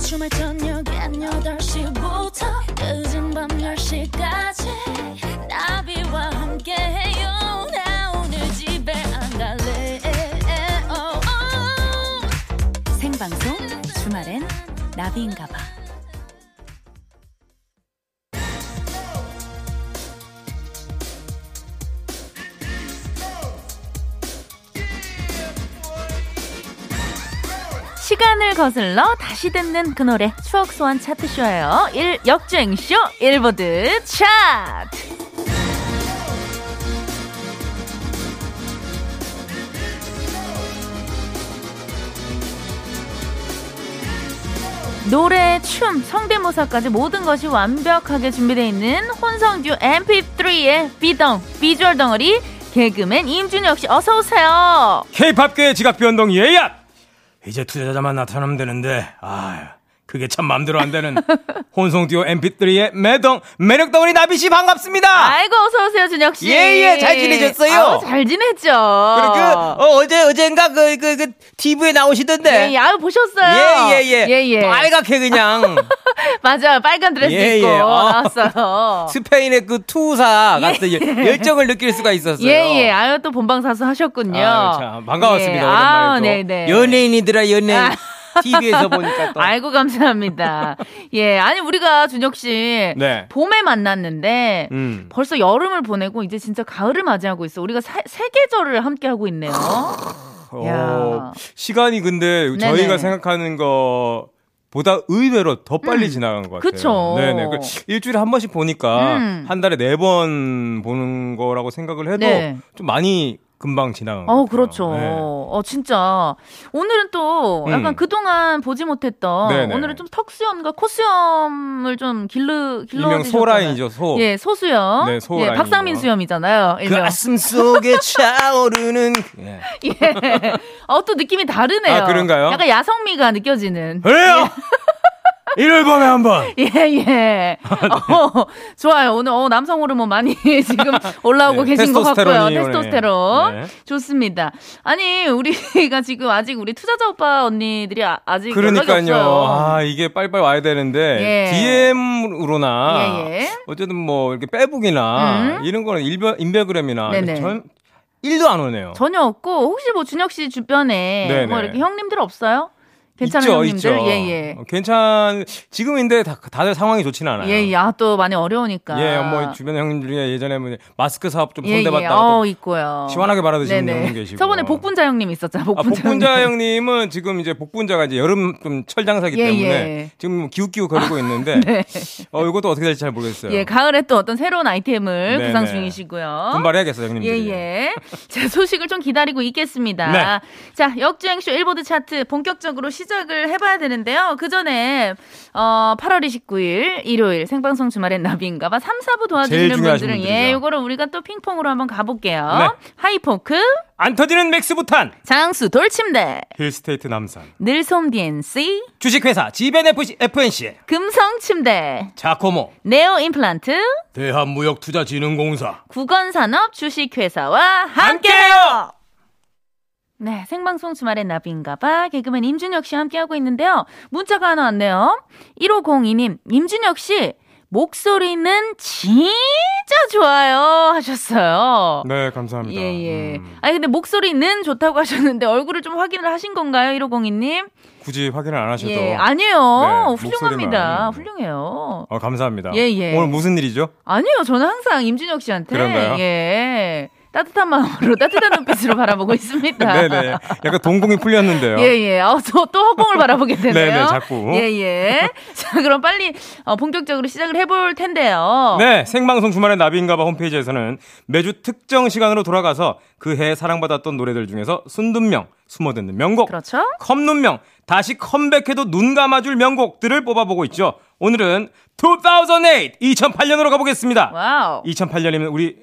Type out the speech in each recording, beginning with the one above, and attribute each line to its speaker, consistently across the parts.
Speaker 1: 주말 저녁 엔 8시부터 늦은 밤 10시까지 나비와 함께해요 나 오늘 집에 안 갈래 어,
Speaker 2: 생방송 주말엔 나비인가봐. 시간을 거슬러 다시 듣는 그 노래 추억 소환 차트 쇼예요. 1 역주행 쇼 일보드 차트. 노래, 춤, 성대모사까지 모든 것이 완벽하게 준비되어 있는 혼성듀 MP3의 비덩, 비주얼 덩어리, 개그맨 임준혁 씨 어서오세요.
Speaker 3: 케이팝계의 지각 변동 예약 이제 투자자만 나타나면 되는데 아 그게 참 맘대로 안 되는 혼성 듀오 MP3의 매덩 매력 덩어리 나비 씨 반갑습니다.
Speaker 2: 아이고 어서오세요 준혁 씨.
Speaker 3: 예, 예, 잘 지내셨어요?
Speaker 2: 아우, 잘 지냈죠.
Speaker 3: 그, 그, 어, 어제 어젠가 그 그 그 TV에 나오시던데.
Speaker 2: 예, 예, 아유 보셨어요.
Speaker 3: 예예예 빨갛게 그냥
Speaker 2: 맞아요. 빨간 드레스
Speaker 3: 예,
Speaker 2: 입고
Speaker 3: 예. 아.
Speaker 2: 나왔어요. 예.
Speaker 3: 스페인의 그 투사 같은 열- 열정을 느낄 수가 있었어요.
Speaker 2: 예예. 아유 또 본방사수 하셨군요.
Speaker 3: 아유, 참 반가웠습니다.
Speaker 2: 예.
Speaker 3: 오랜만에
Speaker 2: 아우,
Speaker 3: 또.
Speaker 2: 네네.
Speaker 3: 연예인이더라 연예인
Speaker 2: 아.
Speaker 3: TV에서 보니까 또
Speaker 2: 아이고 감사합니다. 예, 아니 우리가 준혁 씨
Speaker 3: 네.
Speaker 2: 봄에 만났는데
Speaker 3: 음.
Speaker 2: 벌써 여름을 보내고 이제 진짜 가을을 맞이하고 있어. 우리가 사- 세 계절을 함께 하고 있네요. 야.
Speaker 3: 어, 시간이 근데
Speaker 2: 네네.
Speaker 3: 저희가 생각하는 거 보다 의외로 더 빨리 지나간 것 같아요.
Speaker 2: 음. 그쵸.
Speaker 3: 네네. 그 일주일에 한 번씩 보니까
Speaker 2: 음.
Speaker 3: 한 달에 네 번 보는 거라고 생각을 해도
Speaker 2: 네.
Speaker 3: 좀 많이 금방 지나간 것
Speaker 2: 어,
Speaker 3: 같아요.
Speaker 2: 그렇죠.
Speaker 3: 네.
Speaker 2: 어, 진짜. 오늘은 또 약간
Speaker 3: 음.
Speaker 2: 그동안 보지 못했던
Speaker 3: 네네.
Speaker 2: 오늘은 좀 턱수염과 코수염을 좀 길르 길러
Speaker 3: 일명 소라인이죠, 소.
Speaker 2: 예, 소수염.
Speaker 3: 네, 소
Speaker 2: 예,
Speaker 3: 라인이요.
Speaker 2: 박상민 수염이잖아요.
Speaker 3: 그
Speaker 2: 일명.
Speaker 3: 가슴 속에 차오르는 예.
Speaker 2: 예. 어, 또 느낌이 다르네요.
Speaker 3: 아, 그런가요?
Speaker 2: 약간 야성미가 느껴지는.
Speaker 3: 그래요. 일요일 밤에 한 번.
Speaker 2: 예, 예.
Speaker 3: 아, 네.
Speaker 2: 어, 좋아요. 오늘 어, 남성 호르몬 많이 지금 올라오고
Speaker 3: 네,
Speaker 2: 계신 것 같고요.
Speaker 3: 테스토스테론이 오늘.
Speaker 2: 테스토스테론.
Speaker 3: 네.
Speaker 2: 좋습니다. 아니, 우리가 지금 아직 우리 투자자 오빠 언니들이 아, 아직 연락이
Speaker 3: 그러니까요.
Speaker 2: 없어요.
Speaker 3: 아, 이게 빨리빨리 와야 되는데
Speaker 2: 예.
Speaker 3: DM으로나
Speaker 2: 예, 예.
Speaker 3: 어쨌든 뭐 이렇게 빼북이나
Speaker 2: 음.
Speaker 3: 이런 거는 일별 인별그램이나
Speaker 2: 네네.
Speaker 3: 전 1도 안 오네요.
Speaker 2: 전혀 없고 혹시 뭐 준혁 씨 주변에
Speaker 3: 어. 네네.
Speaker 2: 뭐 이렇게 형님들 없어요? 괜찮은
Speaker 3: 있죠,
Speaker 2: 형님들?
Speaker 3: 있죠.
Speaker 2: 예, 예.
Speaker 3: 어, 괜찮 지금인데 다, 다들 상황이 좋진 않아요.
Speaker 2: 예, 예. 아, 또 많이 어려우니까.
Speaker 3: 예, 뭐 주변 형님들 중에 예전에 뭐 마스크 사업 좀
Speaker 2: 예, 예.
Speaker 3: 손대봤다가
Speaker 2: 어,
Speaker 3: 또
Speaker 2: 있고요.
Speaker 3: 시원하게 말아드시는
Speaker 2: 네네.
Speaker 3: 형님 계시고.
Speaker 2: 저번에 복분자 형님
Speaker 3: 아,
Speaker 2: 있었잖아. 복분자,
Speaker 3: 복분자
Speaker 2: 형님.
Speaker 3: 형님은 지금 이제 복분자가 이제 여름 좀 철장사기
Speaker 2: 예,
Speaker 3: 때문에
Speaker 2: 예. 네.
Speaker 3: 지금 뭐 기웃기웃 거리고 있는데 어 이것도 어떻게 될지 잘 모르겠어요.
Speaker 2: 예, 가을에 또 어떤 새로운 아이템을
Speaker 3: 네네.
Speaker 2: 구상 중이시고요.
Speaker 3: 분발해야겠어요, 형님들.
Speaker 2: 예, 예. 자, 소식을 좀 기다리고
Speaker 3: 네.
Speaker 2: 있겠습니다. 자, 역주행쇼 일보드 차트 본격적으로 시작을 해봐야 되는데요. 그 전에, 어, 8월 29일, 일요일 생방송 주말엔 나비인가봐 3, 4부
Speaker 3: 제일
Speaker 2: 도와주시는
Speaker 3: 중요하신
Speaker 2: 분들은, 예,
Speaker 3: 분들이죠.
Speaker 2: 요거를 우리가 또 핑퐁으로 한번 가볼게요.
Speaker 3: 네.
Speaker 2: 하이포크,
Speaker 3: 안 터지는 맥스부탄
Speaker 2: 장수 돌침대,
Speaker 3: 힐스테이트 남산
Speaker 2: 늘솜 DNC,
Speaker 3: 주식회사 지벤 FC, FNC
Speaker 2: 금성침대,
Speaker 3: 자코모
Speaker 2: 네오 임플란트,
Speaker 3: 대한무역투자진흥공사
Speaker 2: 국원산업 주식회사와 함께해요. 네, 생방송 주말의 나비인가봐 개그맨 임준혁 씨 함께하고 있는데요. 문자가 하나 왔네요. 1502님, 임준혁 씨 목소리는 진짜 좋아요 하셨어요.
Speaker 3: 네 감사합니다.
Speaker 2: 예, 예.
Speaker 3: 음,
Speaker 2: 아니, 근데 목소리는 좋다고 하셨는데 얼굴을 좀 확인을 하신 건가요, 1502님?
Speaker 3: 굳이 확인을 안 하셔도
Speaker 2: 예, 아니에요.
Speaker 3: 네,
Speaker 2: 훌륭합니다.
Speaker 3: 목소리만.
Speaker 2: 훌륭해요.
Speaker 3: 어, 감사합니다.
Speaker 2: 예, 예.
Speaker 3: 오늘 무슨 일이죠?
Speaker 2: 아니요, 저는 항상 임준혁 씨한테
Speaker 3: 그런가요?
Speaker 2: 예 따뜻한 마음으로 따뜻한 눈빛으로 바라보고 있습니다.
Speaker 3: 네네. 약간 동공이 풀렸는데요.
Speaker 2: 예예. 아, 저또 허공을 바라보게 되네요.
Speaker 3: 네네, 자꾸.
Speaker 2: 예예. 자, 그럼 빨리 어, 본격적으로 시작을 해볼 텐데요.
Speaker 3: 네, 생방송 주말의 나비인가봐 홈페이지에서는 매주 특정 시간으로 돌아가서 그 해에 사랑받았던 노래들 중에서 순둔명, 숨어듣는 명곡,
Speaker 2: 그렇죠.
Speaker 3: 컵눈명, 다시 컴백해도 눈 감아줄 명곡들을 뽑아보고 있죠. 오늘은 2008, 2008년으로 가보겠습니다.
Speaker 2: 와우.
Speaker 3: 2008년이면 우리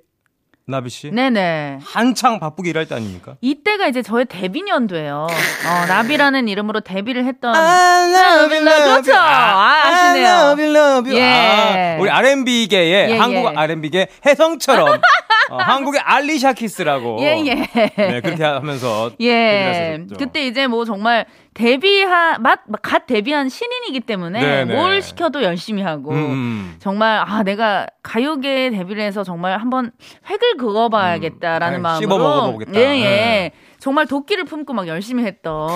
Speaker 3: 나비 씨
Speaker 2: 네네.
Speaker 3: 한창 바쁘게 일할 때 아닙니까?
Speaker 2: 이때가 이제 저의 데뷔 년도예요. 어, 나비라는 이름으로 데뷔를 했던
Speaker 3: 아, love
Speaker 2: you, love you. 아, 그렇죠. 아, 아시네요.
Speaker 3: I love you, love you.
Speaker 2: 예.
Speaker 3: 아, 우리 아, R&B계의
Speaker 2: 예,
Speaker 3: 한국
Speaker 2: 예.
Speaker 3: R&B계 혜성처럼 어, 한국의 알리샤 키스라고.
Speaker 2: 예, 예.
Speaker 3: 네, 그렇게 하면서.
Speaker 2: 예.
Speaker 3: 데뷔를 하셨죠.
Speaker 2: 그때 이제 뭐 정말 데뷔한 맛갓 데뷔한 신인이기 때문에
Speaker 3: 네네.
Speaker 2: 뭘 시켜도 열심히 하고
Speaker 3: 음.
Speaker 2: 정말 아 내가 가요계에 데뷔를 해서 정말 한번 획을 그어봐야겠다라는
Speaker 3: 음,
Speaker 2: 마음으로
Speaker 3: 씹어 먹어보겠다.
Speaker 2: 예, 예.
Speaker 3: 네.
Speaker 2: 정말 도끼를 품고 막 열심히 했던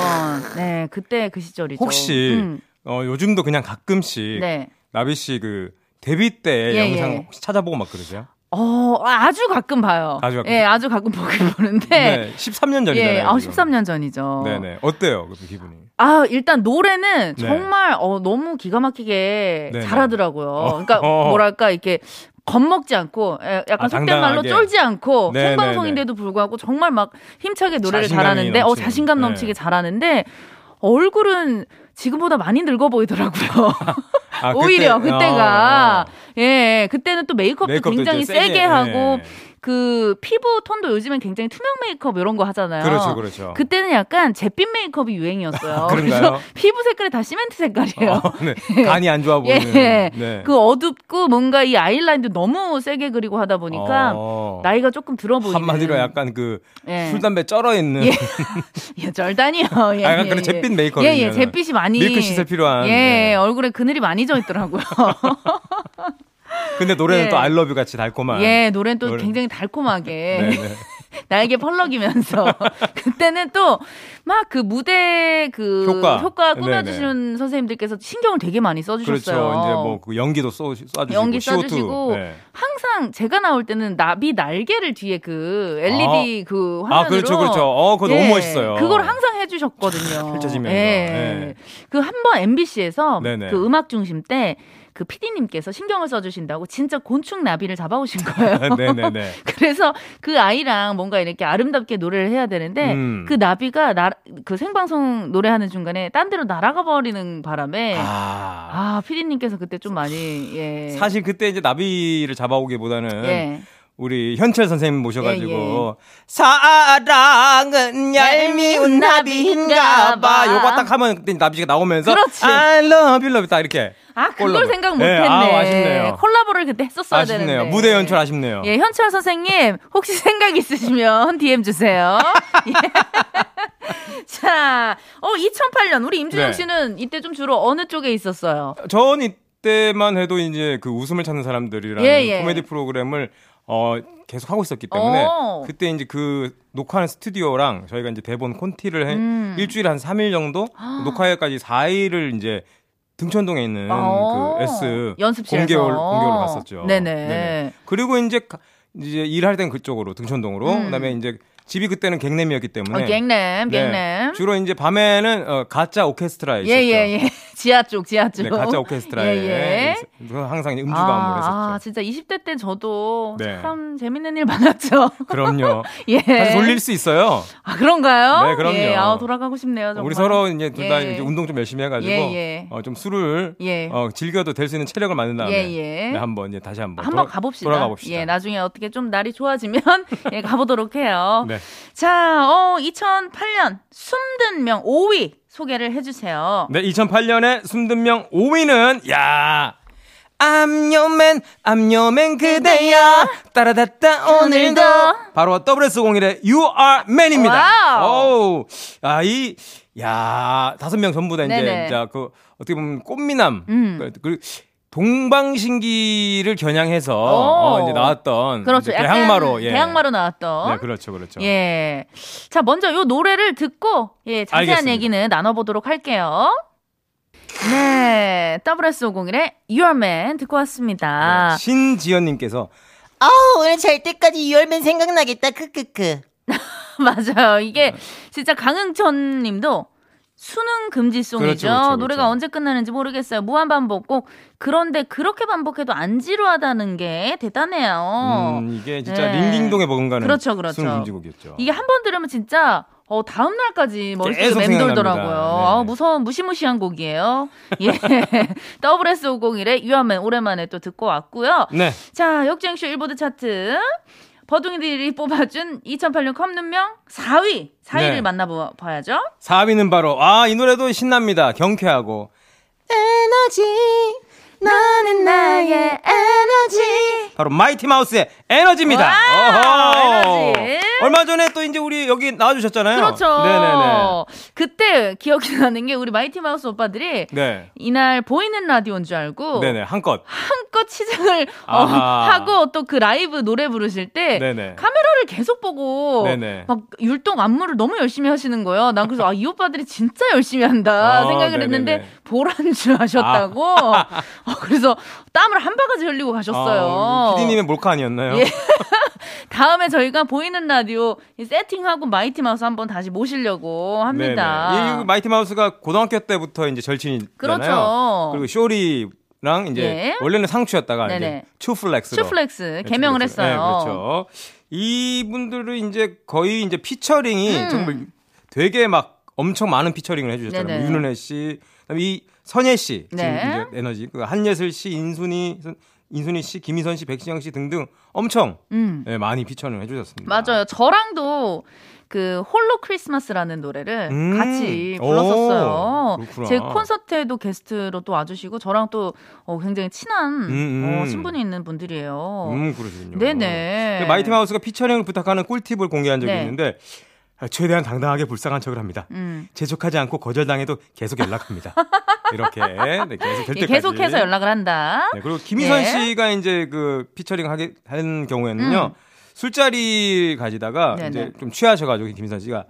Speaker 2: 네 그때 그 시절이죠.
Speaker 3: 혹시, 예.
Speaker 2: 음,
Speaker 3: 어, 요즘도 그냥 가끔씩.
Speaker 2: 네.
Speaker 3: 나비 씨 그 데뷔 때
Speaker 2: 예,
Speaker 3: 영상
Speaker 2: 예.
Speaker 3: 혹시 찾아보고 막 그러세요?
Speaker 2: 어 아, 아주 가끔 봐요.
Speaker 3: 아주 가끔.
Speaker 2: 예, 아주 가끔 보긴 보는데.
Speaker 3: 네, 13년 전이잖아요.
Speaker 2: 네. 예, 아,
Speaker 3: 지금.
Speaker 2: 13년 전이죠.
Speaker 3: 네네. 어때요? 그 기분이.
Speaker 2: 아, 일단 노래는
Speaker 3: 네.
Speaker 2: 정말 어, 너무 기가 막히게
Speaker 3: 네네.
Speaker 2: 잘하더라고요.
Speaker 3: 어.
Speaker 2: 그러니까
Speaker 3: 어.
Speaker 2: 뭐랄까 이렇게 겁먹지 않고 에, 약간
Speaker 3: 아,
Speaker 2: 속된 말로
Speaker 3: 당당하게.
Speaker 2: 쫄지 않고
Speaker 3: 네네네.
Speaker 2: 생방송인데도 불구하고 정말 막 힘차게 노래를
Speaker 3: 자신감이
Speaker 2: 잘하는데 어
Speaker 3: 넘치는.
Speaker 2: 자신감
Speaker 3: 네.
Speaker 2: 넘치게 잘하는데 얼굴은 지금보다 많이 늙어 보이더라고요.
Speaker 3: 아,
Speaker 2: 오히려
Speaker 3: 그때-
Speaker 2: 그때가
Speaker 3: 어, 어.
Speaker 2: 예 그때는 또 메이크업도,
Speaker 3: 메이크업도
Speaker 2: 굉장히
Speaker 3: 이제 세게,
Speaker 2: 세게, 하고
Speaker 3: 네.
Speaker 2: 그 피부 톤도 요즘엔 굉장히 투명 메이크업 이런 거 하잖아요.
Speaker 3: 그렇죠, 그렇죠.
Speaker 2: 때는 약간 잿빛 메이크업이 유행이었어요.
Speaker 3: 아, 그런가요?
Speaker 2: 그래서 피부 색깔이 다 시멘트 색깔이에요.
Speaker 3: 어, 네. 간이 안 좋아
Speaker 2: 예,
Speaker 3: 보이는. 네.
Speaker 2: 그 어둡고 뭔가 이 아이라인도 너무 세게 그리고 하다 보니까
Speaker 3: 어.
Speaker 2: 나이가 조금 들어 보이는
Speaker 3: 한마디로 약간 그
Speaker 2: 예.
Speaker 3: 술담배 쩔어 있는
Speaker 2: 예, 절단이요. 예,
Speaker 3: 아, 약간
Speaker 2: 예,
Speaker 3: 그런
Speaker 2: 예.
Speaker 3: 잿빛 메이크업이면은
Speaker 2: 예, 예, 잿빛이 많이
Speaker 3: 밀크 씻을 필요한,
Speaker 2: 예,
Speaker 3: 네.
Speaker 2: 얼굴에 그늘이 많이 져 있더라고요.
Speaker 3: 근데 노래는
Speaker 2: 예.
Speaker 3: 또 알러뷰 같이 달콤한.
Speaker 2: 예, 노래는 또
Speaker 3: 아, 노래.
Speaker 2: 굉장히 달콤하게
Speaker 3: 네, 네.
Speaker 2: 날개 펄럭이면서 그때는 또 막 그 무대 그
Speaker 3: 효과. 네,
Speaker 2: 꾸며주시는 선생님들께서 신경을 되게 많이 써주셨어요.
Speaker 3: 그렇죠. 이제 뭐 그 연기도 쏘, 쏴주시고.
Speaker 2: 연기
Speaker 3: CO2.
Speaker 2: 써주시고
Speaker 3: 네.
Speaker 2: 항상 제가 나올 때는 나비 날개를 뒤에 그 LED 그 화면으로 예,
Speaker 3: 아, 그렇죠, 그렇죠. 어, 그거 너무 멋있어요. 아,
Speaker 2: 그걸 항상 해주셨거든요.
Speaker 3: 펼쳐지면서. 예.
Speaker 2: 그 한 번 MBC에서
Speaker 3: 네네.
Speaker 2: 그 음악 중심 때 그 PD님께서 신경을 써주신다고 진짜 곤충 나비를 잡아오신 거예요.
Speaker 3: 네네네.
Speaker 2: 그래서 그 아이랑 뭔가 이렇게 아름답게 노래를 해야 되는데
Speaker 3: 음.
Speaker 2: 그 나비가 나, 그 생방송 노래하는 중간에 딴 데로 날아가 버리는 바람에 아,
Speaker 3: 아.
Speaker 2: 피디님께서 그때 좀 많이 예.
Speaker 3: 사실 그때 이제 나비를 잡아오기보다는
Speaker 2: 예.
Speaker 3: 우리 현철 선생님 모셔가지고
Speaker 2: 예, 예.
Speaker 3: 사랑은 얄미운 나비인가봐
Speaker 2: 나비인가봐.
Speaker 3: 요거 딱 하면 그때 나비가 나오면서
Speaker 2: 그렇지.
Speaker 3: I love you love you 딱 이렇게
Speaker 2: 아 그걸
Speaker 3: 콜라보.
Speaker 2: 생각
Speaker 3: 예,
Speaker 2: 못했네.
Speaker 3: 아우, 아쉽네요.
Speaker 2: 콜라보를 그때 했었어야
Speaker 3: 아쉽네요
Speaker 2: 되는데.
Speaker 3: 무대 연출 아쉽네요
Speaker 2: 예, 현철 선생님 혹시 생각 있으시면 DM 주세요. 예. 자, 어 2008년 우리 임준영
Speaker 3: 네.
Speaker 2: 씨는 이때 좀 주로 어느 쪽에 있었어요?
Speaker 3: 전 이때만 해도 이제 그 웃음을 찾는 사람들이라는
Speaker 2: 예, 예.
Speaker 3: 코미디 프로그램을 어 계속 하고 있었기 때문에
Speaker 2: 오.
Speaker 3: 그때 이제 그 녹화하는 스튜디오랑 저희가 이제 대본 콘티를 해
Speaker 2: 음. 아.
Speaker 3: 일주일에 한 3일 정도 녹화일까지 4일을 이제 등천동에 있는
Speaker 2: 어.
Speaker 3: 그 S
Speaker 2: 연습실에서.
Speaker 3: 공개월 공개월로 갔었죠.
Speaker 2: 네네.
Speaker 3: 그리고 이제 가- 이제 일할 땐 그쪽으로 등천동으로
Speaker 2: 음.
Speaker 3: 그다음에 이제 집이 그때는 갱nem이었기
Speaker 2: 어,
Speaker 3: 때문에
Speaker 2: 갱남,
Speaker 3: 네.
Speaker 2: 갱남.
Speaker 3: 주로 이제 밤에는 어, 가짜 오케스트라에 있었죠.
Speaker 2: 예, 예, 예. 지하 쪽, 지하 쪽.
Speaker 3: 네, 가짜 오케스트라에
Speaker 2: 예, 예.
Speaker 3: 있- 항상 음주가
Speaker 2: 아,
Speaker 3: 아,
Speaker 2: 아,
Speaker 3: 했었죠.
Speaker 2: 진짜 20대 때 저도
Speaker 3: 네.
Speaker 2: 참 재밌는 일 많았죠.
Speaker 3: 그럼요.
Speaker 2: 예.
Speaker 3: 다시 돌릴 수 있어요.
Speaker 2: 아, 그런가요?
Speaker 3: 네, 그럼요.
Speaker 2: 예, 아, 돌아가고 싶네요. 정말.
Speaker 3: 우리 서로 이제 둘 다
Speaker 2: 예.
Speaker 3: 이제 운동 좀 열심히 해가지고
Speaker 2: 예, 예.
Speaker 3: 어, 좀 술을
Speaker 2: 예.
Speaker 3: 어, 즐겨도 될 수 있는 체력을 만든 다음에
Speaker 2: 예, 예.
Speaker 3: 네, 한번 이제 다시 한번
Speaker 2: 한번
Speaker 3: 돌아-
Speaker 2: 가봅시다.
Speaker 3: 돌아가 봅시다.
Speaker 2: 예, 나중에 어떻게 좀 날이 좋아지면 예, 가보도록 해요.
Speaker 3: 네.
Speaker 2: 자, 어, 2008년 숨든 명 5위 소개를 해주세요.
Speaker 3: 네, 2008년에 숨든 명 5위는 야 암요맨 암요맨 그대야 따라다따 오늘도 바로 WS01의 You Are Man입니다.
Speaker 2: 와우.
Speaker 3: 오, 아이야 다섯 명 전부 다 이제
Speaker 2: 네네.
Speaker 3: 진짜 그 어떻게 보면 꽃미남
Speaker 2: 음.
Speaker 3: 그- 그 동방신기를 겨냥해서
Speaker 2: 오.
Speaker 3: 어, 이제 나왔던
Speaker 2: 그렇죠.
Speaker 3: 이제
Speaker 2: 약간
Speaker 3: 대항마로 예.
Speaker 2: 대항마로 나왔던.
Speaker 3: 네 그렇죠 그렇죠.
Speaker 2: 예. 자, 먼저 요 노래를 듣고, 예, 자세한
Speaker 3: 알겠습니다.
Speaker 2: 얘기는 나눠보도록 할게요. 네. WS501의 Your Man 듣고
Speaker 3: 네.
Speaker 2: 왔습니다.
Speaker 3: 신지연님께서
Speaker 4: 아우 오늘 잘 때까지 유월맨 생각나겠다 크크크
Speaker 2: 맞아요.
Speaker 3: 네.
Speaker 2: 이게 진짜 강흥천 님도 수능
Speaker 3: 그렇죠,
Speaker 2: 금지송이죠.
Speaker 3: 그렇죠,
Speaker 2: 노래가
Speaker 3: 그렇죠.
Speaker 2: 언제 끝나는지 모르겠어요. 무한 반복 꼭. 그런데 그렇게 반복해도 안 지루하다는 게 대단해요.
Speaker 3: 음, 이게 진짜
Speaker 2: 네.
Speaker 3: 링딩동의 버금가는
Speaker 2: 그렇죠, 그렇죠.
Speaker 3: 순금지곡이었죠.
Speaker 2: 이게 한 번 들으면 진짜 어 다음 날까지 머릿속에
Speaker 3: 계속
Speaker 2: 맴돌더라고요.
Speaker 3: 생각납니다. 네.
Speaker 2: 아, 무서운 무시무시한 곡이에요. 예. WS501의 유아맨 오랜만에 또 듣고 왔고요.
Speaker 3: 네.
Speaker 2: 자, 역주행쇼 일보드 차트. 버둥이들이 뽑아준 2008년 컵눈명 4위. 4위를
Speaker 3: 네.
Speaker 2: 만나봐야죠.
Speaker 3: 4위는 바로 아 이 노래도 신납니다. 경쾌하고 에너지
Speaker 2: 너는
Speaker 3: 어.
Speaker 2: 나의 에너지.
Speaker 3: 바로 마이티 마우스의 에너지입니다.
Speaker 2: 와우,
Speaker 3: 어허.
Speaker 2: 에너지.
Speaker 3: 얼마 전에 또 이제 우리 여기 나와주셨잖아요.
Speaker 2: 그렇죠.
Speaker 3: 네네네.
Speaker 2: 그때 기억이 나는 게 우리 마이티 마우스 오빠들이
Speaker 3: 네.
Speaker 2: 이날 보이는 라디오인 줄 알고
Speaker 3: 네네 한껏.
Speaker 2: 한껏 시작을 어,
Speaker 3: 아하.
Speaker 2: 하고 또 그 라이브 노래 부르실 때
Speaker 3: 네네.
Speaker 2: 카메라를 계속 보고
Speaker 3: 네네.
Speaker 2: 막 율동 안무를 너무 열심히 하시는 거예요. 난 그래서 아 이 오빠들이 진짜 열심히 한다
Speaker 3: 어,
Speaker 2: 생각을
Speaker 3: 네네네.
Speaker 2: 했는데 보란 줄 아셨다고 어, 그래서 땀을 한 바가지 흘리고 가셨어요.
Speaker 3: 아, 피디님의 몰카 아니었나요?
Speaker 2: 예. 다음에 저희가 보이는 라디오 이 세팅하고 마이티 마우스 한번 다시 모시려고 합니다.
Speaker 3: 네네. 이 마이티 마우스가 고등학교 때부터 이제 절친이잖아요.
Speaker 2: 그렇죠.
Speaker 3: 그리고 쇼리랑 이제
Speaker 2: 예.
Speaker 3: 원래는 상추였다가 이제
Speaker 2: 네네.
Speaker 3: 추플렉스로
Speaker 2: 슈플렉스
Speaker 3: 네,
Speaker 2: 개명을
Speaker 3: 추플렉스로.
Speaker 2: 했어요.
Speaker 3: 네, 그렇죠. 이분들은 이제 거의 이제 피처링이
Speaker 2: 음.
Speaker 3: 정말 되게 막 엄청 많은 피처링을 해주셨잖아요.
Speaker 2: 네네.
Speaker 3: 윤은혜 씨, 그다음에 이 선예 씨, 지금
Speaker 2: 네.
Speaker 3: 이제 에너지, 그 한예슬 씨, 인순이 선- 인순이 씨, 김희선 씨, 백신영 씨 등등 엄청
Speaker 2: 음.
Speaker 3: 예, 많이 피처링을 해주셨습니다.
Speaker 2: 맞아요. 저랑도 그 홀로 크리스마스라는 노래를
Speaker 3: 음.
Speaker 2: 같이
Speaker 3: 오,
Speaker 2: 불렀었어요.
Speaker 3: 그렇구나.
Speaker 2: 제 콘서트에도 게스트로 또 와주시고 저랑 또 어, 굉장히 친한
Speaker 3: 음, 음.
Speaker 2: 어, 친분이 있는 분들이에요.
Speaker 3: 음, 그러시군요.
Speaker 2: 네네.
Speaker 3: 근데 마이티 마우스가 피처링을 부탁하는 꿀팁을 공개한 적이
Speaker 2: 네.
Speaker 3: 있는데 최대한 당당하게 불쌍한 척을 합니다.
Speaker 2: 음.
Speaker 3: 재촉하지 않고 거절당해도 계속 연락합니다. 이렇게 네, 계속 될
Speaker 2: 예,
Speaker 3: 때까지.
Speaker 2: 계속해서 연락을 한다.
Speaker 3: 네, 그리고 김희선
Speaker 2: 예.
Speaker 3: 씨가 이제 그 피처링 하게 한 경우에는요. 술자리 가지다가
Speaker 2: 음. 네네.
Speaker 3: 이제 좀 취하셔가지고 김희선 씨가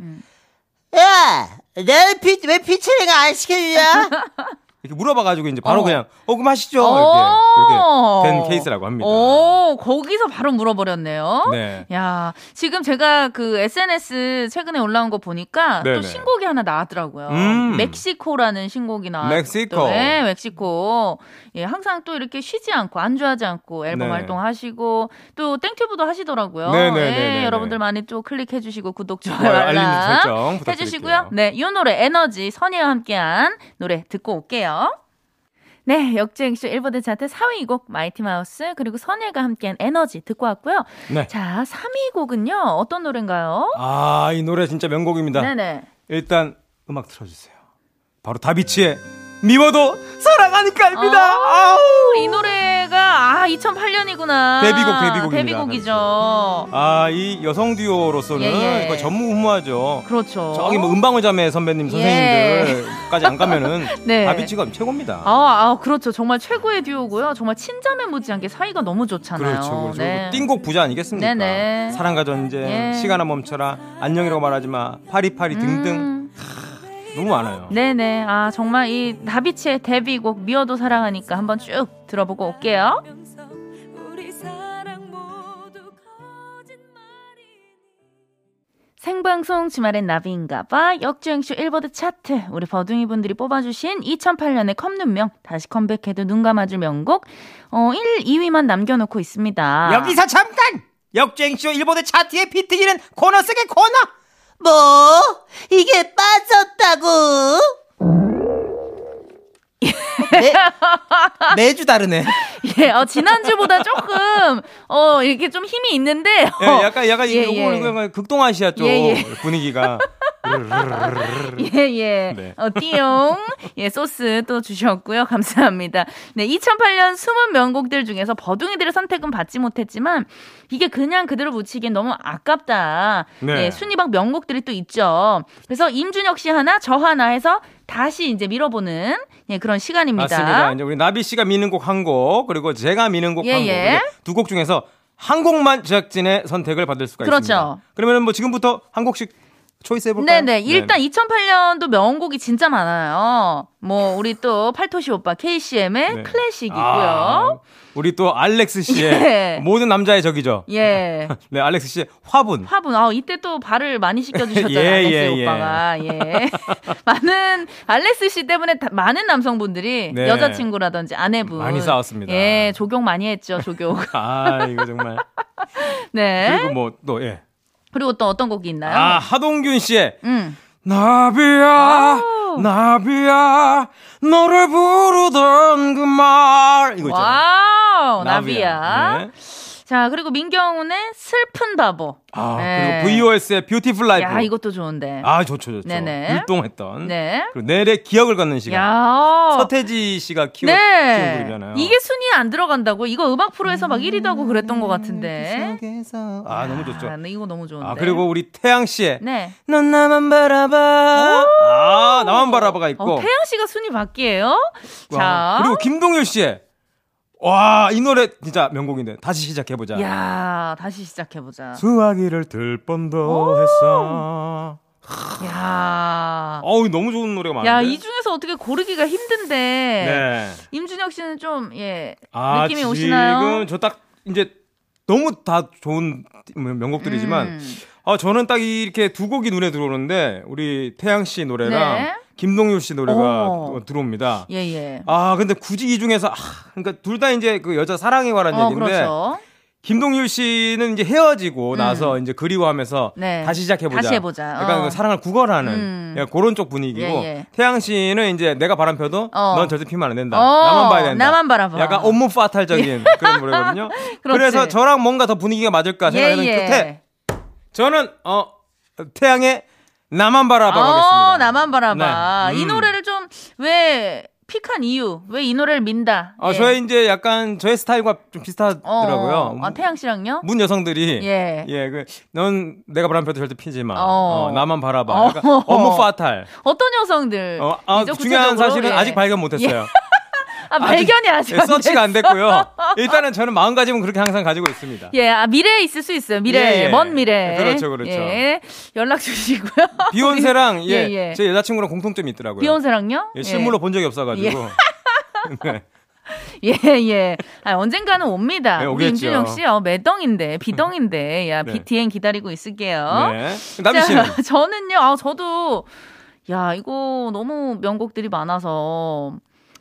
Speaker 4: 야, 내피왜 피처링 안 시켜주냐?
Speaker 3: 이렇게 물어봐가지고 이제 바로
Speaker 2: 어.
Speaker 3: 그냥 어 그럼 하시죠
Speaker 2: 오.
Speaker 3: 이렇게, 이렇게 된 케이스라고 합니다.
Speaker 2: 오, 어, 거기서 바로 물어버렸네요.
Speaker 3: 네.
Speaker 2: 야, 지금 제가 그 SNS 최근에 올라온 거 보니까
Speaker 3: 네네.
Speaker 2: 또 신곡이 하나 나왔더라고요.
Speaker 3: 음.
Speaker 2: 멕시코라는 신곡이 나왔어요.
Speaker 3: 멕시코.
Speaker 2: 네, 멕시코. 예, 항상 또 이렇게 쉬지 않고 안주하지 않고 앨범
Speaker 3: 네.
Speaker 2: 활동하시고 또 땡튜브도 하시더라고요.
Speaker 3: 네네네네네.
Speaker 2: 예, 여러분들 많이 또 클릭해 주시고 구독 좋아요
Speaker 3: 좋아요, 알림
Speaker 2: 알람
Speaker 3: 설정
Speaker 2: 어? 해
Speaker 3: 부탁드릴게요.
Speaker 2: 주시고요. 네, 이 노래 에너지 선희와 함께한 노래 듣고 올게요. 네, 역주행쇼 1번 차트 4위 곡 마이티마우스 그리고 선예가 함께한 에너지 듣고 왔고요.
Speaker 3: 네.
Speaker 2: 자, 3위 곡은요. 어떤 노래인가요?
Speaker 3: 아, 이 노래 진짜 명곡입니다.
Speaker 2: 네네.
Speaker 3: 일단 음악 틀어주세요. 바로 다비치의 미워도 사랑하니까입니다.
Speaker 2: 아,
Speaker 3: 아우.
Speaker 2: 이 노래가 아 2008년이구나.
Speaker 3: 데뷔곡, 데뷔곡입니다.
Speaker 2: 데뷔곡이죠.
Speaker 3: 아, 이 여성 듀오로서는
Speaker 2: 예, 예.
Speaker 3: 거의 전무후무하죠.
Speaker 2: 그렇죠.
Speaker 3: 저기 뭐 은방울 자매 선배님 선생님들까지 안 가면은
Speaker 2: 예. 네.
Speaker 3: 다비치가 최고입니다.
Speaker 2: 아, 아, 그렇죠. 정말 최고의 듀오고요. 정말 친자매 못지않게 사이가 너무 좋잖아요.
Speaker 3: 그렇죠, 그렇죠.
Speaker 2: 네.
Speaker 3: 띵곡 부자 아니겠습니까?
Speaker 2: 네네.
Speaker 3: 사랑과 전쟁,
Speaker 2: 예.
Speaker 3: 시간아 멈춰라, 안녕이라고 말하지 마, 파리파리 등등
Speaker 2: 음,
Speaker 3: 너무 많아요.
Speaker 2: 네네. 아, 정말 이 다비치의 데뷔곡 미워도 사랑하니까 한번 쭉 들어보고 올게요.
Speaker 1: 우리 사랑 모두 거짓말이니
Speaker 2: 생방송 주말엔 나비인가봐 역주행쇼 1버드 차트 우리 버둥이 분들이 뽑아주신 2008년의 컵눈명 다시 컴백해도 눈 감아줄 명곡 어 1, 2위만 남겨놓고 있습니다.
Speaker 3: 여기서 잠깐! 역주행쇼 일본의 차트에 비트기는 코너 속의 코너!
Speaker 4: 뭐? 이게 빠졌다고? 매,
Speaker 3: 매주 다르네.
Speaker 2: 예, 어, 지난주보다 조금 어 이렇게 좀 힘이 있는데
Speaker 3: 예,
Speaker 2: 어,
Speaker 3: 약간 약간
Speaker 2: 예,
Speaker 3: 이거
Speaker 2: 예.
Speaker 3: 약간 극동아시아 쪽
Speaker 2: 예,
Speaker 3: 분위기가
Speaker 2: 예, 예.
Speaker 3: 네.
Speaker 2: 어, 띠용. 예, 소스 또 주셨고요. 감사합니다. 네, 2008년 숨은 명곡들 중에서 버둥이들의 선택은 받지 못했지만, 이게 그냥 그대로 묻히기엔 너무 아깝다.
Speaker 3: 네.
Speaker 2: 네. 순위박 명곡들이 또 있죠. 그래서 임준혁 씨 하나, 저 하나 해서 다시 이제 밀어보는 예, 그런 시간입니다.
Speaker 3: 맞습니다. 이제 우리 나비 씨가 미는 곡 한 곡 그리고 제가 미는 곡
Speaker 2: 예,
Speaker 3: 한 곡
Speaker 2: 예.
Speaker 3: 두 곡 중에서 한 곡만 제작진의 선택을 받을 수가
Speaker 2: 그렇죠.
Speaker 3: 있습니다. 그러면 뭐 지금부터 한 곡씩 초이스 해볼까요?
Speaker 2: 네네. 일단 2008년도 명곡이 진짜 많아요. 뭐, 우리 또 팔토시 오빠 KCM의
Speaker 3: 네.
Speaker 2: 클래식이고요.
Speaker 3: 아, 우리 또 알렉스 씨의
Speaker 2: 예.
Speaker 3: 모든 남자의 적이죠.
Speaker 2: 예.
Speaker 3: 네, 알렉스 씨의 화분.
Speaker 2: 화분. 아, 이때 또 발을 많이 씻겨주셨잖아요.
Speaker 3: 예,
Speaker 2: 알렉스
Speaker 3: 예, 예.
Speaker 2: 오빠가. 예. 많은, 알렉스 씨 때문에 다- 많은 남성분들이
Speaker 3: 네.
Speaker 2: 여자친구라든지 아내분.
Speaker 3: 많이 싸웠습니다.
Speaker 2: 예, 조경 많이 했죠, 조교.
Speaker 3: 아, 이거 정말.
Speaker 2: 네.
Speaker 3: 그리고
Speaker 2: 그리고,
Speaker 3: 뭐 또 예.
Speaker 2: 또 어떤 곡이 있나요?
Speaker 3: 아, 하동균 씨의
Speaker 2: 음.
Speaker 3: 나비야,
Speaker 2: 아우.
Speaker 3: 나비야, 너를 부르던 그 말. 이거 있잖아요.
Speaker 2: 와우, 나비야.
Speaker 3: 네.
Speaker 2: 자, 그리고 민경훈의 슬픈 바보.
Speaker 3: 아,
Speaker 2: 네.
Speaker 3: 그리고 VOS의 뷰티풀 라이프.
Speaker 2: 야, 이것도 좋은데.
Speaker 3: 아, 좋죠, 좋죠.
Speaker 2: 네네.
Speaker 3: 율동했던.
Speaker 2: 네.
Speaker 3: 그리고 내일의 기억을 걷는 시간.
Speaker 2: 야.
Speaker 3: 서태지 씨가 키워, 키운
Speaker 2: 네.
Speaker 3: 곡이잖아요.
Speaker 2: 이게 순위에 안 들어간다고? 이거 음악 프로에서 막 1위도 하고 그랬던 것 같은데.
Speaker 3: 속에서. 아, 너무 좋죠.
Speaker 2: 아, 이거 너무 좋은데.
Speaker 3: 아, 그리고 우리 태양 씨의
Speaker 2: 네.
Speaker 3: 넌 나만 바라봐. 아, 나만 바라봐가 있고.
Speaker 2: 어, 태양 씨가 순위 밖이에요? 자.
Speaker 3: 와, 그리고 김동률 씨의 와, 이 노래 진짜 명곡인데. 다시 시작해보자.
Speaker 2: 야, 다시 시작해 보자.
Speaker 3: 수화기를 들 뻔도 했어.
Speaker 2: 야.
Speaker 3: 어우, 너무 좋은 노래가 많은데.
Speaker 2: 야, 이 중에서 어떻게 고르기가 힘든데.
Speaker 3: 네.
Speaker 2: 임준혁 씨는 좀 예.
Speaker 3: 아,
Speaker 2: 느낌이 오시나요?
Speaker 3: 지금 저 딱 이제 너무 다 좋은 명곡들이지만
Speaker 2: 음.
Speaker 3: 아, 저는 딱 이렇게 두 곡이 눈에 들어오는데 우리 태양 씨 노래랑
Speaker 2: 네.
Speaker 3: 김동률 씨 노래가
Speaker 2: 어.
Speaker 3: 또 들어옵니다.
Speaker 2: 예, 예.
Speaker 3: 아, 근데 굳이 이 중에서 아, 그러니까 둘 다 이제 그 여자 사랑에 관한
Speaker 2: 어,
Speaker 3: 얘기인데
Speaker 2: 그렇죠. 음.
Speaker 3: 김동률 씨는 이제 헤어지고 나서 이제 그리워하면서
Speaker 2: 네.
Speaker 3: 다시 시작해보자.
Speaker 2: 다시 해보자.
Speaker 3: 약간
Speaker 2: 어.
Speaker 3: 그 사랑을 구걸하는
Speaker 2: 음.
Speaker 3: 약간 그런 쪽 분위기고
Speaker 2: 예, 예.
Speaker 3: 태양 씨는 이제 내가 바람 펴도
Speaker 2: 어.
Speaker 3: 넌 절대 피면 안 된다.
Speaker 2: 어,
Speaker 3: 나만 봐야 된다.
Speaker 2: 나만 바라봐.
Speaker 3: 약간 온몸 파탈적인 그런 노래거든요.
Speaker 2: 그렇지. 예,
Speaker 3: 그래서 저랑 뭔가 더 분위기가 맞을까 생각하는 끝에 저는 어 태양의 나만 바라봐
Speaker 2: 어,
Speaker 3: 가겠습니다.
Speaker 2: 나만 바라봐.
Speaker 3: 네.
Speaker 2: 이
Speaker 3: 음.
Speaker 2: 노래를 좀 왜 픽한 이유, 왜 이 노래를 민다.
Speaker 3: 어,
Speaker 2: 예.
Speaker 3: 저의 이제 약간 저의 스타일과 좀 비슷하더라고요.
Speaker 2: 어, 아, 태양 씨랑요?
Speaker 3: 문 여성들이
Speaker 2: 예.
Speaker 3: 그, 넌 내가 바람 펴도 절대 피지 마.
Speaker 2: 어.
Speaker 3: 어, 나만 바라봐.
Speaker 2: 어.
Speaker 3: 약간 업무 파탈.
Speaker 2: 어떤 여성들?
Speaker 3: 어, 아,
Speaker 2: 이제
Speaker 3: 중요한
Speaker 2: 구체적으로?
Speaker 3: 사실은
Speaker 2: 예.
Speaker 3: 아직 발견 못했어요.
Speaker 2: 아, 발견이 아직
Speaker 3: 예,
Speaker 2: 안
Speaker 3: 서치가 안
Speaker 2: 됐어.
Speaker 3: 됐고요. 일단은 저는 마음가짐은 그렇게 항상 가지고 있습니다.
Speaker 2: 예, 아, 미래에 있을 수 있어요. 미래,
Speaker 3: 예, 예.
Speaker 2: 먼 미래.
Speaker 3: 그렇죠, 그렇죠.
Speaker 2: 예, 연락 주시고요.
Speaker 3: 비욘세랑 예,
Speaker 2: 예, 예.
Speaker 3: 제 여자친구랑 공통점이 있더라고요.
Speaker 2: 비욘세랑요?
Speaker 3: 예, 실물로 본 적이 없어가지고. 네.
Speaker 2: 예, 예. 아, 언젠가는 옵니다.
Speaker 3: 네,
Speaker 2: 우리
Speaker 3: 오겠죠.
Speaker 2: 임준영 씨, 어, 매덩인데, 비덩인데, 야,
Speaker 3: 네.
Speaker 2: BTN 기다리고 있을게요.
Speaker 3: 네. 남희 씨는
Speaker 2: 어? 자, 저는요, 아, 저도, 야, 이거 너무 명곡들이 많아서,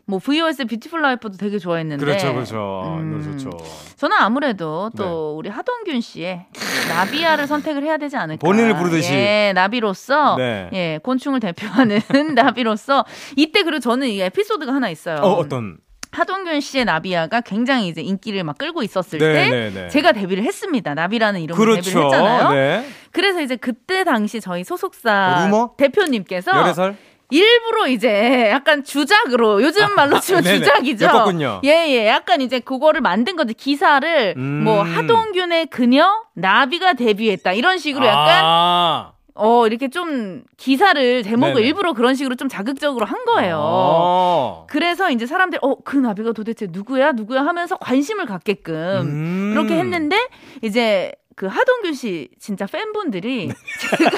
Speaker 2: 뭐, VOS의 뷰티풀 라이프도 되게 좋아했는데.
Speaker 3: 그렇죠, 그렇죠.
Speaker 2: 음,
Speaker 3: 노래 좋죠.
Speaker 2: 저는 아무래도 또
Speaker 3: 네.
Speaker 2: 우리 하동균 씨의 나비야를 선택을 해야 되지 않을까.
Speaker 3: 본인을 부르듯이.
Speaker 2: 예, 나비로서.
Speaker 3: 네.
Speaker 2: 예, 곤충을 대표하는 나비로서. 이때 그리고 저는 이 에피소드가 하나 있어요.
Speaker 3: 어, 어떤?
Speaker 2: 하동균 씨의 나비야가 굉장히 이제 인기를 막 끌고 있었을
Speaker 3: 네,
Speaker 2: 때
Speaker 3: 네, 네.
Speaker 2: 제가 데뷔를 했습니다. 나비라는 이름으로 데뷔를
Speaker 3: 그렇죠.
Speaker 2: 했잖아요.
Speaker 3: 네. 어,
Speaker 2: 그래서 이제 그때 당시 저희 소속사
Speaker 3: 루머?
Speaker 2: 대표님께서
Speaker 3: 열애설?
Speaker 2: 일부러 이제 약간 주작으로 요즘 말로 치면
Speaker 3: 아, 네네.
Speaker 2: 주작이죠.
Speaker 3: 엮었군요.
Speaker 2: 예예, 약간 이제 그거를 만든 거지 기사를
Speaker 3: 음.
Speaker 2: 뭐 하동균의 그녀 나비가 데뷔했다 이런 식으로 약간
Speaker 3: 아.
Speaker 2: 어 이렇게 좀 기사를 제목을
Speaker 3: 네네.
Speaker 2: 일부러 그런 식으로 좀 자극적으로 한 거예요.
Speaker 3: 어.
Speaker 2: 그래서 이제 사람들 이 어 그 나비가 도대체 누구야 누구야 하면서 관심을 갖게끔
Speaker 3: 음.
Speaker 2: 그렇게 했는데 이제 그 하동균 씨 진짜 팬분들이 제가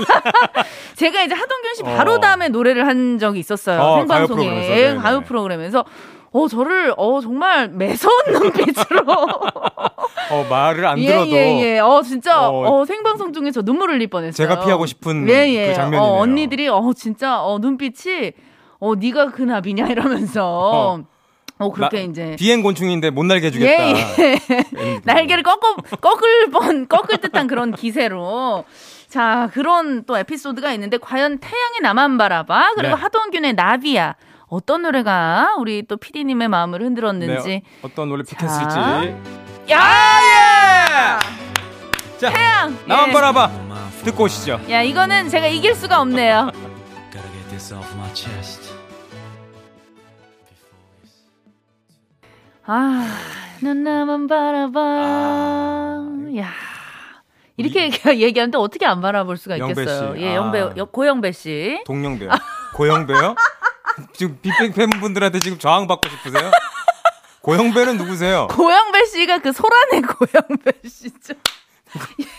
Speaker 2: 제가 이제 하동균 씨 바로
Speaker 3: 네. 어.
Speaker 2: 다음에 노래를 한 적이 있었어요
Speaker 3: 어, 가요
Speaker 2: 생방송에
Speaker 3: 프로그램에서.
Speaker 2: 예,
Speaker 3: 네네.
Speaker 2: 가요 프로그램에서 어 저를 어 정말 매서운 눈빛으로
Speaker 3: 어, 말을 안 들어도
Speaker 2: 예예예 어 진짜
Speaker 3: 어,
Speaker 2: 어, 생방송 중에 저 눈물을 흘릴 뻔했어요
Speaker 3: 제가 피하고 싶은
Speaker 2: 예예
Speaker 3: 그 장면이네요.
Speaker 2: 어, 언니들이 어 진짜 어 눈빛이 어 네가 그 나비냐 이러면서
Speaker 3: 어.
Speaker 2: 어, 그렇게 이제
Speaker 3: 비행 곤충인데 못 날게 해주겠다. 음,
Speaker 2: 예, 예. 날개를 꺾어, 꺾을 뻔, 꺾을 듯한 그런 기세로. 자, 그런 또 에피소드가 있는데, 과연 태양의 나만 바라봐, 그리고
Speaker 3: 네.
Speaker 2: 하동균의 나비야. 어떤 노래가 우리 또 피디님의 마음을 흔들었는지.
Speaker 3: 네, 어떤 노래 픽했을지.
Speaker 2: 자.
Speaker 3: 네. 야! 예! 자,
Speaker 2: 태양!
Speaker 3: 예! 나만
Speaker 2: 예.
Speaker 3: 바라봐. 듣고 오시죠.
Speaker 2: 야, 이거는 제가 이길 수가 없네요.
Speaker 5: Gotta get this off my chest.
Speaker 2: 아, 넌 나만 바라봐.
Speaker 3: 아.
Speaker 2: 야. 이렇게 얘기하는데 어떻게 안 바라볼 수가
Speaker 3: 영배
Speaker 2: 있겠어요.
Speaker 3: 씨.
Speaker 2: 예,
Speaker 3: 아.
Speaker 2: 영배, 고영배 씨.
Speaker 3: 동영배요. 고영배요? 지금 빅뱅 팬분들한테 지금 저항받고 싶으세요? 고영배는 누구세요?
Speaker 2: 고영배 씨가 그 소란의 고영배 씨죠.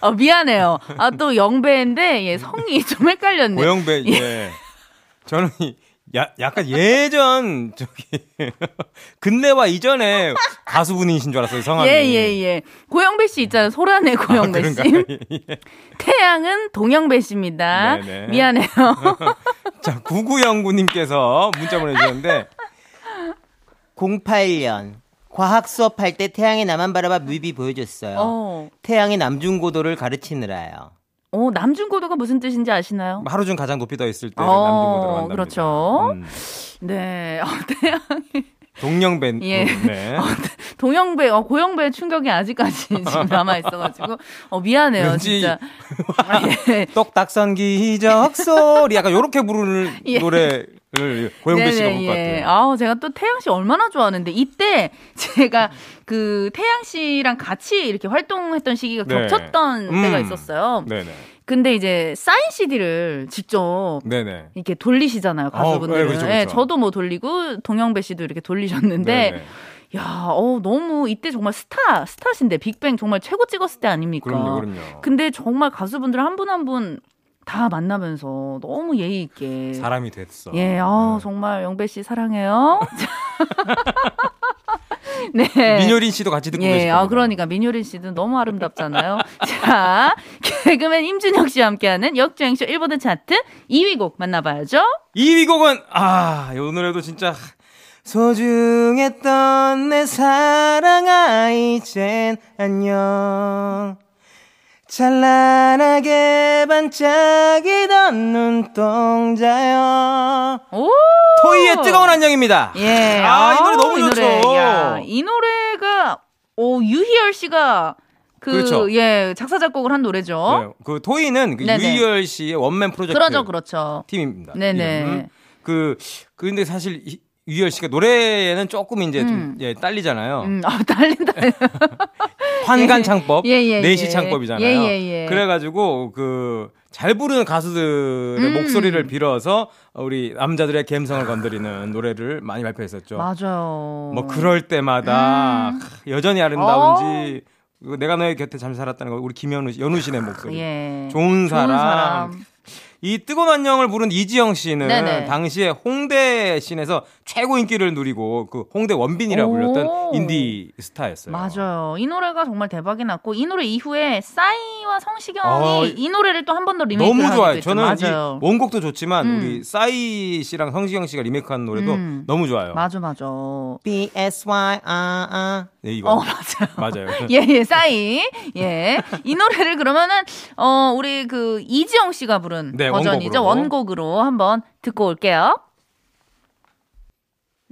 Speaker 2: 어, 미안해요. 아, 또 영배인데, 예, 성이 좀 헷갈렸네.
Speaker 3: 고영배, 예. 저는 이- 야, 약간 예전, 저기, 근래와 이전에 가수분이신 줄 알았어요, 성함이.
Speaker 2: 예, 예, 예. 고영배 씨 있잖아요. 소란의 고영배
Speaker 3: 그런가요?
Speaker 2: 씨.
Speaker 3: 예.
Speaker 2: 태양은 동영배 씨입니다.
Speaker 3: 네네.
Speaker 2: 미안해요.
Speaker 3: 자, 구구영구님께서 문자 보내주셨는데,
Speaker 4: 08년 과학 수업할 때 태양의 나만 바라봐 뮤비 보여줬어요.
Speaker 2: 어,
Speaker 4: 태양의 남중고도를 가르치느라요.
Speaker 2: 어, 남중고도가 무슨 뜻인지 아시나요?
Speaker 3: 하루 중 가장 높이 떠 있을 때
Speaker 2: 어,
Speaker 3: 남중고 들어간다. 음.
Speaker 2: 그렇죠. 네. 어, 태양.
Speaker 3: 동영배.
Speaker 2: 예.
Speaker 3: 네.
Speaker 2: 동영배, 어, 고영배 충격이 아직까지 지금 남아있어가지고. 어, 미안해요,
Speaker 3: 왠지
Speaker 2: 진짜. 예.
Speaker 3: 똑딱선 기적 소리 약간 요렇게 부르는
Speaker 2: 예.
Speaker 3: 노래를 고영배 씨가 볼 것
Speaker 2: 네네, 예.
Speaker 3: 같아요.
Speaker 2: 아우, 제가 또 태양 씨 얼마나 좋아하는데, 이때 제가 그 태양 씨랑 같이 이렇게 활동했던 시기가
Speaker 3: 네.
Speaker 2: 겹쳤던 때가
Speaker 3: 음.
Speaker 2: 있었어요.
Speaker 3: 네네.
Speaker 2: 근데 이제 사인 CD를 직접
Speaker 3: 네네.
Speaker 2: 이렇게 돌리시잖아요,
Speaker 3: 어,
Speaker 2: 가수분들은.
Speaker 3: 네, 그쵸,
Speaker 2: 예,
Speaker 3: 그쵸.
Speaker 2: 저도 뭐 돌리고, 동영배 씨도 이렇게 돌리셨는데,
Speaker 3: 네네.
Speaker 2: 야, 어, 너무 이때 정말 스타, 스타신데, 빅뱅 정말 최고 찍었을 때 아닙니까?
Speaker 3: 그럼요, 그럼요.
Speaker 2: 근데 정말 가수분들 한 분 한 분 다 만나면서 너무 예의 있게
Speaker 3: 사람이 됐어.
Speaker 2: 예, 아
Speaker 3: 네.
Speaker 2: 정말 영배 씨 사랑해요. 네.
Speaker 3: 그 민효린 씨도 같이 듣고
Speaker 2: 예,
Speaker 3: 계시고.
Speaker 2: 아 그러니까 민효린 씨도 너무 아름답잖아요. 자, 개그맨 임준혁 씨와 함께하는 역주행쇼 1번 차트 2위 곡 만나봐야죠.
Speaker 3: 2위 곡은 아, 요 노래도 진짜 소중했던 내 사랑아 이젠 안녕 찬란하게 반짝이던 눈동자여
Speaker 2: 오,
Speaker 3: 토이의 뜨거운 안녕입니다.
Speaker 2: 예,
Speaker 3: 아, 이 노래
Speaker 2: 아우,
Speaker 3: 너무
Speaker 2: 이
Speaker 3: 좋죠.
Speaker 2: 노래, 야, 이 노래가 오 유희열 씨가 그
Speaker 3: 그렇죠.
Speaker 2: 예, 작사 작곡을 한 노래죠.
Speaker 3: 네, 그 토이는 그
Speaker 2: 어? 네네.
Speaker 3: 유희열 씨의 원맨 네, 프로젝트
Speaker 2: 그러죠, 그렇죠.
Speaker 3: 팀입니다.
Speaker 2: 네네.
Speaker 3: 이름은. 그 근데 사실 이- 유희열 씨가 노래에는 조금 이제 좀
Speaker 2: 음.
Speaker 3: 예, 딸리잖아요.
Speaker 2: 음, 아, 딸린다.
Speaker 3: 그렇죠. 환관 창법, 네
Speaker 2: 예, 예,
Speaker 3: 내시
Speaker 2: 예.
Speaker 3: 창법이잖아요.
Speaker 2: 예, 예, 예.
Speaker 3: 그래가지고 그 잘 부르는 가수들의
Speaker 2: 음.
Speaker 3: 목소리를 빌어서 우리 남자들의 감성을 건드리는 노래를 많이 발표했었죠.
Speaker 2: 맞아요. 음.
Speaker 3: 뭐 그럴 때마다 크, 여전히 아름다운지 그리고 내가 너의 곁에 잠시 살았다는 거 우리 김현우 씨, 연우 씨의 목소리.
Speaker 2: 어. 예.
Speaker 3: 좋은 사람.
Speaker 2: 사람.
Speaker 3: 이 뜨거운 안녕을 부른 이지영 씨는
Speaker 2: 네네.
Speaker 3: 당시에 홍대 씬에서 최고 인기를 누리고 그 홍대 원빈이라
Speaker 2: 오.
Speaker 3: 불렸던 인디 스타였어요.
Speaker 2: 맞아요. 이 노래가 정말 대박이 났고 이 노래 이후에 싸이와 성시경이
Speaker 3: 어,
Speaker 2: 이 노래를 또 한 번 더 리메이크
Speaker 3: 너무 좋아요.
Speaker 2: 했죠.
Speaker 3: 저는
Speaker 2: 맞아요.
Speaker 3: 이 원곡도 좋지만
Speaker 2: 음.
Speaker 3: 우리 싸이 씨랑 성시경 씨가 리메이크한 노래도
Speaker 2: 음.
Speaker 3: 너무 좋아요.
Speaker 2: 맞아 맞아.
Speaker 4: B S Y R.
Speaker 3: 네, 이거
Speaker 2: 어 맞아.
Speaker 3: 맞아요.
Speaker 2: 예, 예, 싸이. 예. 이 노래를 그러면은, 어, 우리 그, 이지영 씨가 부른
Speaker 3: 네,
Speaker 2: 버전이죠.
Speaker 3: 원곡으로.
Speaker 2: 원곡으로 한번 듣고 올게요.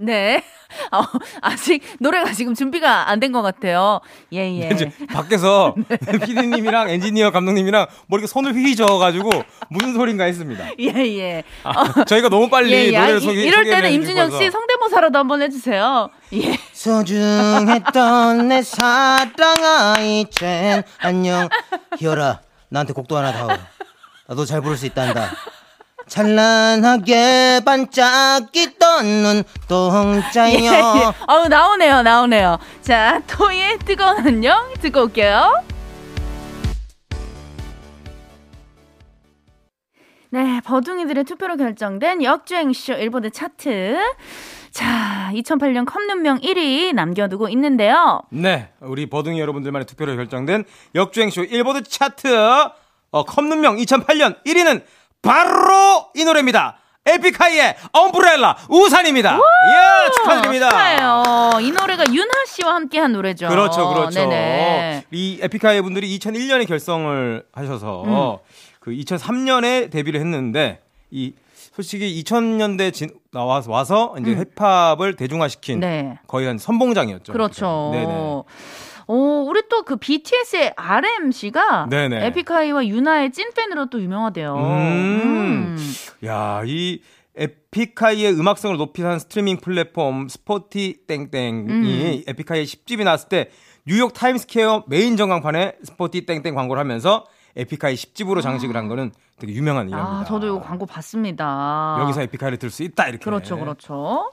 Speaker 2: 네. 어, 아직 노래가 지금 준비가 안 된 것 같아요. 예, 예.
Speaker 3: 네, 이제 밖에서
Speaker 2: 네.
Speaker 3: 피디님이랑 엔지니어 감독님이랑 머리에 손을 휘휘 저어가지고 무슨 소린가 했습니다.
Speaker 2: 예, 예.
Speaker 3: 아, 저희가 너무 빨리
Speaker 2: 예, 예. 아,
Speaker 3: 노래를
Speaker 2: 이-
Speaker 3: 소개
Speaker 2: 이럴 때는
Speaker 3: 소개를
Speaker 2: 임준영
Speaker 3: 해드리고
Speaker 2: 씨
Speaker 3: 와서.
Speaker 2: 성대모사라도 한번 해주세요. 예.
Speaker 4: 소중했던 내 사랑아 이젠 안녕 희열아 나한테 곡도 하나 다오 나도 잘 부를 수 있단다 찬란하게 반짝이던
Speaker 2: 예, 예.
Speaker 4: 눈동자여
Speaker 2: 어우, 나오네요, 나오네요. 자, 토이의 뜨거운 안녕 듣고 올게요. 네, 버둥이들의 투표로 결정된 역주행쇼 일본의 차트. 자, 2008년 컵눈명 1위 남겨두고 있는데요.
Speaker 3: 네, 우리 버둥이 여러분들만의 투표로 결정된 역주행쇼 일보드 차트 어, 컵눈명 2008년 1위는 바로 이 노래입니다. 에픽하이의 엄브렐라 우산입니다. 예, 축하드립니다.
Speaker 2: 축하해요. 이 노래가 윤하 씨와 함께한 노래죠.
Speaker 3: 그렇죠, 그렇죠.
Speaker 2: 네네.
Speaker 3: 이 에픽하이 분들이 2001년에 결성을
Speaker 2: 음.
Speaker 3: 하셔서 그 2003년에 데뷔를 했는데 이 솔직히 2000년대 진, 나와서 와서 이제 힙합을 대중화시킨
Speaker 2: 음. 네.
Speaker 3: 거의 한 선봉장이었죠.
Speaker 2: 그렇죠.
Speaker 3: 네네.
Speaker 2: 오, 우리 또 그 BTS의 RM 씨가
Speaker 3: 네네.
Speaker 2: 에픽하이와 유나의 찐팬으로 또 유명하대요.
Speaker 3: 음.
Speaker 2: 음.
Speaker 3: 야, 이 에픽하이의 음악성을 높이한 스트리밍 플랫폼 스포티 땡땡이
Speaker 2: 음.
Speaker 3: 에픽하이의 10집이 나왔을 때 뉴욕 타임스퀘어 메인 전광판에 스포티 땡땡 광고를 하면서 에픽하이 10집으로 장식을 한 거는 되게 유명한 일화입니다.
Speaker 2: 아, 저도 이거 광고 봤습니다.
Speaker 3: 여기서 에픽하이를 들을 수 있다 이렇게.
Speaker 2: 그렇죠, 그렇죠.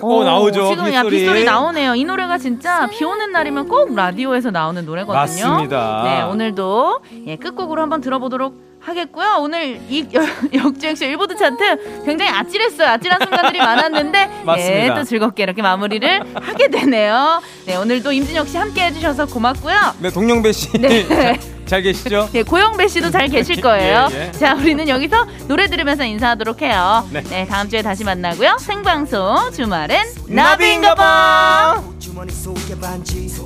Speaker 3: 어, 나오죠,
Speaker 2: 지금 야
Speaker 3: 빗소리.
Speaker 2: 빗소리 나오네요. 이 노래가 진짜 비 오는 날이면 꼭 라디오에서 나오는 노래거든요.
Speaker 3: 맞습니다.
Speaker 2: 네, 오늘도 예, 끝곡으로 한번 들어보도록 하겠고요. 오늘 이 역주행쇼 일보드 차트 굉장히 아찔했어요. 아찔한 순간들이 많았는데
Speaker 3: 맞습니다.
Speaker 2: 예, 또 즐겁게 이렇게 마무리를 하게 되네요. 네, 오늘도 임진혁 씨 함께 해주셔서 고맙고요.
Speaker 3: 네, 동영배 씨. 잘, 잘 계시죠?
Speaker 2: 네, 고영배 씨도 잘 계실 거예요.
Speaker 3: 예, 예.
Speaker 2: 자, 우리는 여기서 노래 들으면서 인사하도록 해요.
Speaker 3: 네.
Speaker 2: 네, 다음 주에 다시 만나고요. 생방송 주말엔
Speaker 3: 나비인가
Speaker 2: 나비인가 봐.
Speaker 4: 주머니 속에 반지